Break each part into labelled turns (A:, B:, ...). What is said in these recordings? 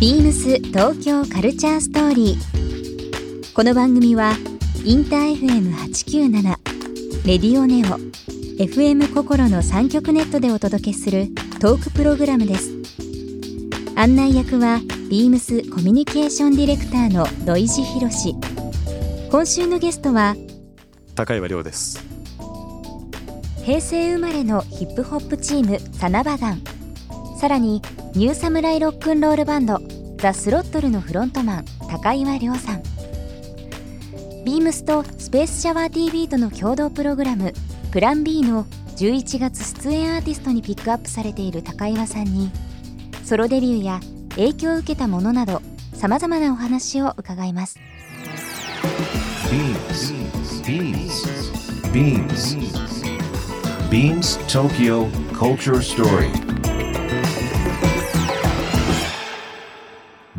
A: ビームス東京カルチャーストーリー。この番組はインター FM897 レディオネオ FM 心の三極ネットでお届けするトークプログラムです。案内役はビームスコミュニケーションディレクターの土井博志。今週のゲストは
B: 高岩亮です。
A: 平成生まれのヒップホップチームサナバガン。さらにニューサムライロックンロールバンドザ・スロットルのフロントマン高岩亮さんビームスとスペースシャワー TV との共同プログラムプラン B の11月出演アーティストにピックアップされている高岩さんにソロデビューや影響を受けたものなどさまざまなお話を伺います
C: ビームスビームスビームスビームス Tokyo Culture Story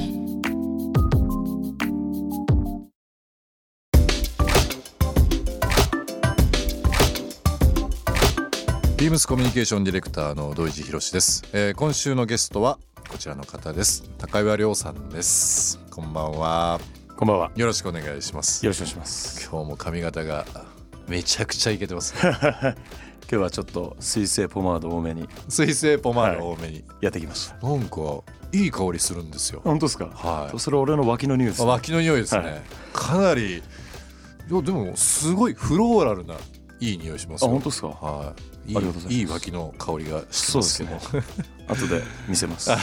D: ー
E: ビームスコミュニケーションディレクターの土井博史です、えー、今週のゲストはこちらの方です高岩亮さんですこんばんは
B: こんばんは
E: よろしくお願いします
B: よろしくお願いします
E: 今日も髪型がめちゃくちゃいけてます、
B: ね、今日はちょっと水性ポマード多めに
E: 水性ポマード多めに、はい、
B: やってきました
E: なんかいい香りするんですよ
B: 本当ですか
E: はい。
B: それ俺の脇の匂いです、
E: ね、脇の匂いですね、はい、かなりいやでもすごいフローラルないい匂いします
B: 本当ですか。
E: はい。いいいい脇の香りがしてますけど。そうです
B: ね。後で見せます。
E: あ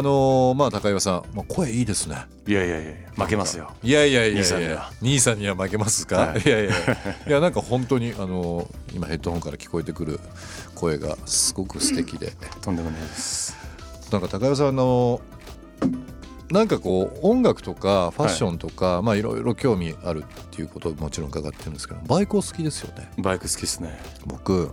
E: のまあ高岩さん、まあ声いいですね。
B: いやいやいや負けますよ。
E: いやいやいやいや兄さんには負けますか。はい、いやいや いやなんか本当にあの今ヘッドホンから聞こえてくる声がすごく素敵で。
B: とんでもないです。
E: なんか高岩さんのなんかこう音楽とかファッションとか、まあいろいろ興味あるっていうことをもちろん伺ってるんですけどバイクお好きですよね
B: バイク好きですね
E: 僕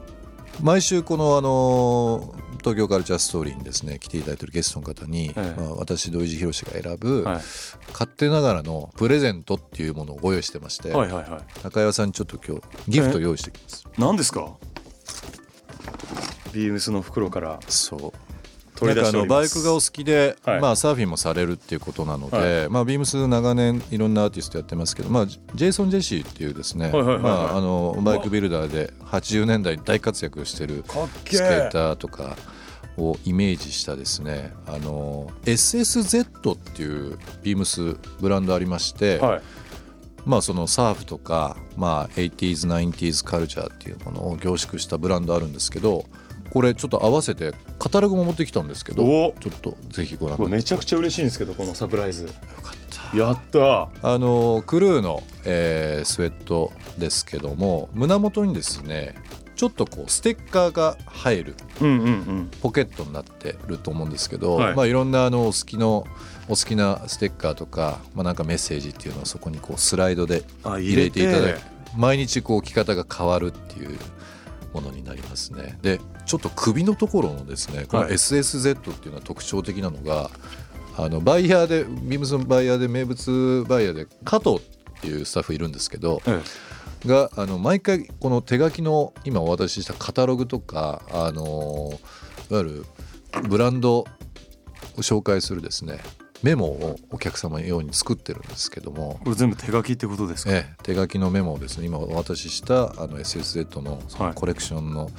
E: 毎週このあの東京カルチャーストーリーにですね来ていただいてるゲストの方に、まあ、私土井博志が選ぶ、勝手ながらのプレゼントっていうものをご用意してまして、高岩さんちょっと今日ギフト用意してきます
B: 何ですかビームスの袋から
E: そう取りのバイクがお好きで、はい、まあ、サーフィンもされるっていうことなので、はい、まあ、ビームス長年いろんなアーティストやってますけど、まあ、ジェイソン・ジェシーっていうですねバイクビルダーで80年代に大活躍してるスケーターとかをイメージしたですねあの SSZ っていうビームスブランドありまして。はいまあ、そのサーフとか、まあ、80s、90s カルチャーっていうものを凝縮したブランドあるんですけどこれちょっと合わせてカタログも持ってきたんですけどちょっとぜひご覧
B: めちゃくちゃ嬉しいんですけどこのサプライズよ
E: かった
B: やった
E: あのクルーの、えー、スウェットですけども胸元にですねちょっとこうステッカーが入るポケットになってると思うんですけど、はいまあ、いろんなあのお好きのお好きなステッカーとか、まあ、なんかメッセージっていうのをそこにこうスライドで入れていただいて毎日こう着方が変わるっていうものになりますねでちょっと首のところのですねこの SSZ っていうのは特徴的なのが、はい、あのバイヤーでビームスのバイヤーで名物バイヤーで加藤っていうスタッフいるんですけど、はい、があの毎回この手書きの今お渡ししたカタログとかあのいわゆるブランドを紹介するですねメモをお客様用に作ってるんですけども
B: これ全部手書きってことですか、
E: ええ、手書きのメモをですね今お渡ししたあの SSZ のそのコレクションの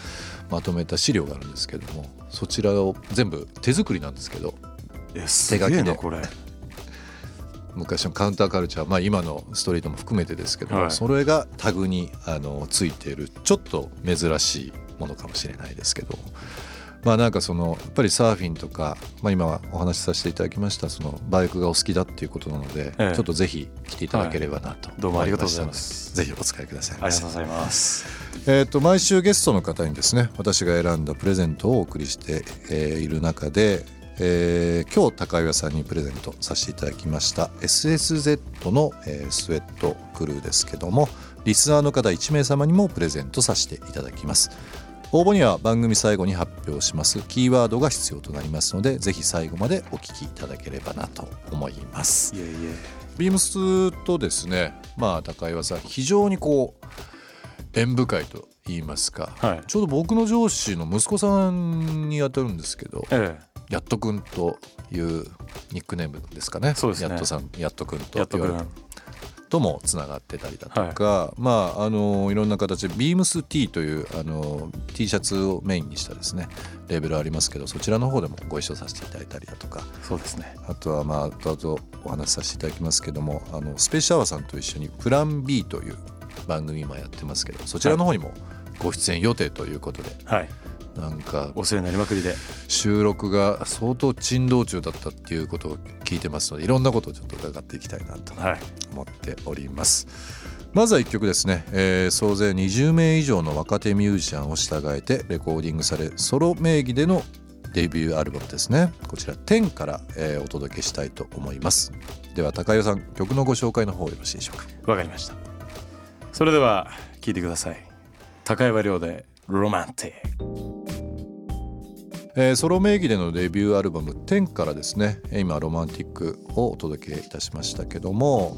E: まとめた資料があるんですけども、はい、そちらを全部手作りなんですけど
B: 手書きでこれ
E: 昔のカウンターカルチャー、まあ、今のストリートも含めてですけども、はい、それがタグにあのついているちょっと珍しいものかもしれないですけど。まあなんかそのやっぱりサーフィンとか、まあ、今お話しさせていただきましたそのバイクがお好きだっていうことなので、ええ、ちょっとぜひ来ていただければなと、はい、
B: どうもありがとうございます
E: ぜひお使いください
B: ありがとうございます
E: えっと毎週ゲストの方にですね私が選んだプレゼントをお送りして、えー、いる中でえー今日高岩さんにプレゼントさせていただきました SSZ の、えースウェットクルーですけどもリスナーの方1名様にもプレゼントさせていただきます応募には番組最後に発表しますキーワードが必要となりますのでぜひ最後までお聞きいただければなと思います
B: いえいえ
E: ビームスとですねまあ高岩さん非常にこう縁深いと言いますか、
B: はい
E: ちょうど僕の上司の息子さんに当たるんですけど
B: え
E: やっとくんというニックネームですかね
B: そうですね
E: やっとさんやっとくん
B: え
E: と
B: やっと
E: 言
B: く
E: わ
B: る
E: れてともつながってたりだとか、まああのいろんな形でビームス T というあの T シャツをメインにしたですねレーベルありますけどそちらの方でもご一緒させていただいたりだとか
B: そうですね
E: あとはまあ後々お話しさせていただきますけどもあのスペシャワーさんと一緒に「プラン B」という番組今やってますけどそちらの方にもご出演予定ということで、
B: はい
E: なんか
B: お世話になりまくりで
E: 収録が相当珍道中だったっていうことを聞いてますのでいろんなことをちょっと伺っていきたいなと
B: はい
E: 思っておりますまずは1曲ですね、えー総勢20名以上の若手ミュージシャンを従えてレコーディングされソロ名義でのデビューアルバムですねこちら「10」から、えーお届けしたいと思いますでは高代さん曲のご紹介の方よろしいでしょうか
B: わかりましたそれでは聞いてください高岩亮でロマンティック
E: えーソロ名義でのデビューアルバム「10」からですねえー今「ロマンティック」をお届けいたしましたけども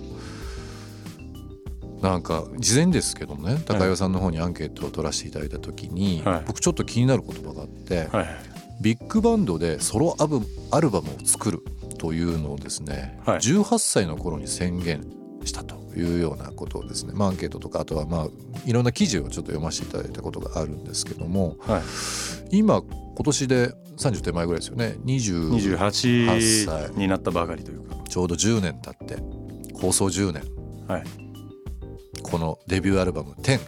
E: なんか事前ですけどもね高岩さんの方にアンケートを取らせていただいた時に、
B: はい
E: 僕ちょっと気になる言葉があって、
B: はい
E: ビッグバンドでソロアブアルバムを作るというのをですね、
B: はい
E: 18歳の頃に宣言したというようなことをですね、まあ、アンケートとかあとはまあいろんな記事をちょっと読ませていただいたことがあるんですけども
B: はい
E: 今今年で30手前ぐらいですよね20 28
B: 28
E: 歳
B: になったばかりというか
E: ちょうど10年経って構想10年
B: はい
E: このデビューアルバム「10」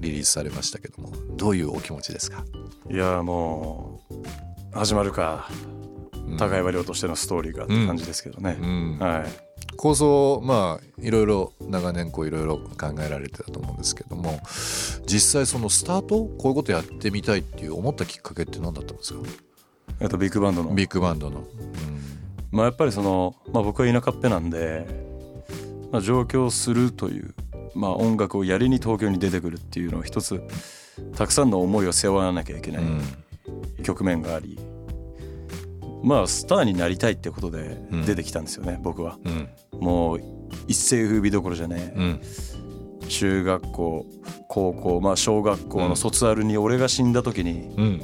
E: リリースされましたけどもどういうお気持ちですか、
B: いやーもう始まるか
E: うん
B: 高岩亮としてのストーリーがって感じですけどね、
E: うん
B: はい
E: 構想まあいろいろ長年こういろいろ考えられてたと思うんですけども実際そのスタートこういうことやってみたいっていう思ったきっかけって何だったんですか
B: えっとビッグバンドの
E: ビッグバンドの。
B: まあ、やっぱりその、まあ、僕は田舎っぺなんで、まあ、上京するという、まあ、音楽をやりに東京に出てくるっていうのを一つたくさんの思いを背負わなきゃいけ
E: う
B: なんい局面があり、まあスターになりたいってことで
E: うん
B: 出てきたんですよね、僕は。
E: うん
B: もう一世風靡どころじゃねえ、
E: うん
B: 中学校高校、まあ、小学校の卒アルに俺が死んだ時に、
E: うん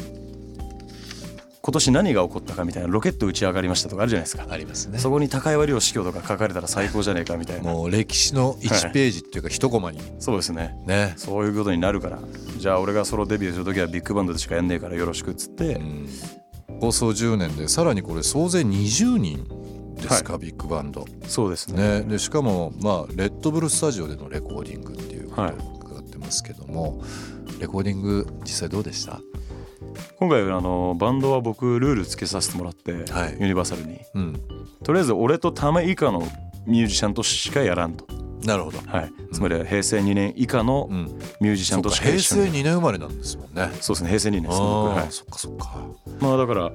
B: 今年何が起こったかみたいなロケット打ち上がりましたとかあるじゃないですか。
E: ありますね
B: そこに高岩亮司教とか書かれたら最高じゃねえかみたいな
E: もう歴史の1ページっていうか一コマに
B: そうですね
E: ね、
B: そういうことになるからじゃあ俺がソロデビューする時はビッグバンドでしかやんねえからよろしくっつって、
E: うん構想10年でさらにこれ総勢20人ですか、ビッグバンド。
B: そうですね
E: ね、でしかも、まあ、レッドブルスタジオでのレコーディングっていうこと
B: はい
E: を伺ってますけども、レコーディング実際どうでした、
B: 今回あのバンドは僕ルールつけさせてもらって、
E: はい
B: ユニバーサルに
E: うん、
B: とりあえず俺とため以下のミュージシャンとしかやらんと、
E: なるほど、
B: はい、つまり平成2年以下の
E: うん、
B: ミュージシャン
E: そうか
B: としか
E: 平
B: 一緒
E: 成
B: に
E: 2年生まれなんですもんね
B: そうですね平成2年ですね僕
E: ああ
B: は
E: ー
B: い
E: そっかそっか
B: まあだから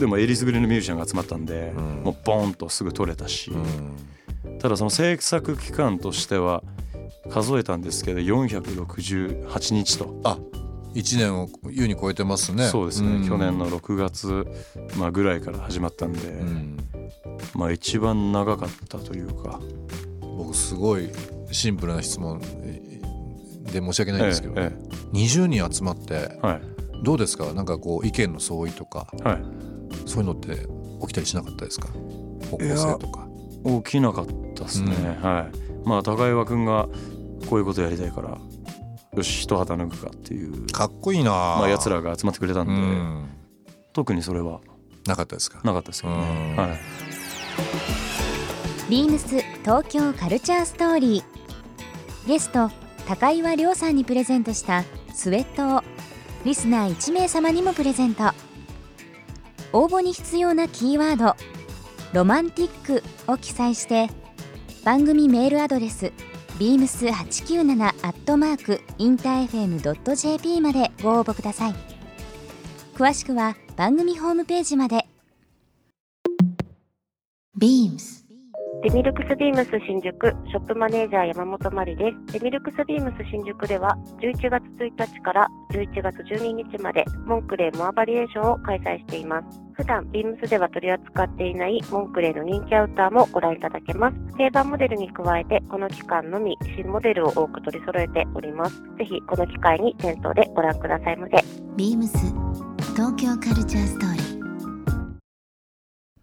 B: でもえりすぐりのミュージシャンが集まったんで、
E: うん
B: もうボーンとすぐ取れたし、
E: うん
B: ただその制作期間としては数えたんですけど468日と、
E: あ1年を優に超えてますね
B: そうですね、
E: ん
B: 去年の6月、まあ、ぐらいから始まったんで、
E: うん
B: まあ一番長かったというか
E: 僕すごいシンプルな質問で申し訳ないんですけど、
B: え
E: 20人集まって
B: えはい
E: どうですかなんかこう意見の相違とか
B: はい
E: そういうのって起きたりしなかったですか方向性とか。
B: 起きなかったですね、
E: うん
B: はいまあ高岩君がこういうことやりたいからよし一旗脱ぐかっていう
E: かっこいいな、
B: まあ奴らが集まってくれたん
E: う
B: で、
E: ん、
B: 特にそれは
E: なかったですか
B: なかったですけどね
E: うん
B: はい
A: ビームス東京カルチャーストーリーゲスト高岩亮さんにプレゼントしたスウェットをリスナー1名様にもプレゼント応募に必要なキーワード「ロマンティック」を記載して番組メールアドレス beams897-infm.jp までご応募ください詳しくは番組ホームページまで
D: Beams
F: デミルクスビームス新宿ショップマネージャー山本まりです。デミルクスビームス新宿では11月1日から11月12日までモンクレーモアバリエーションを開催しています。普段ビームスでは取り扱っていないモンクレーの人気アウターもご覧いただけます。定番モデルに加えてこの期間のみ新モデルを多く取り揃えております。ぜひこの機会に店頭でご覧くださいませ。
D: Beams 東京カルチャーストーリー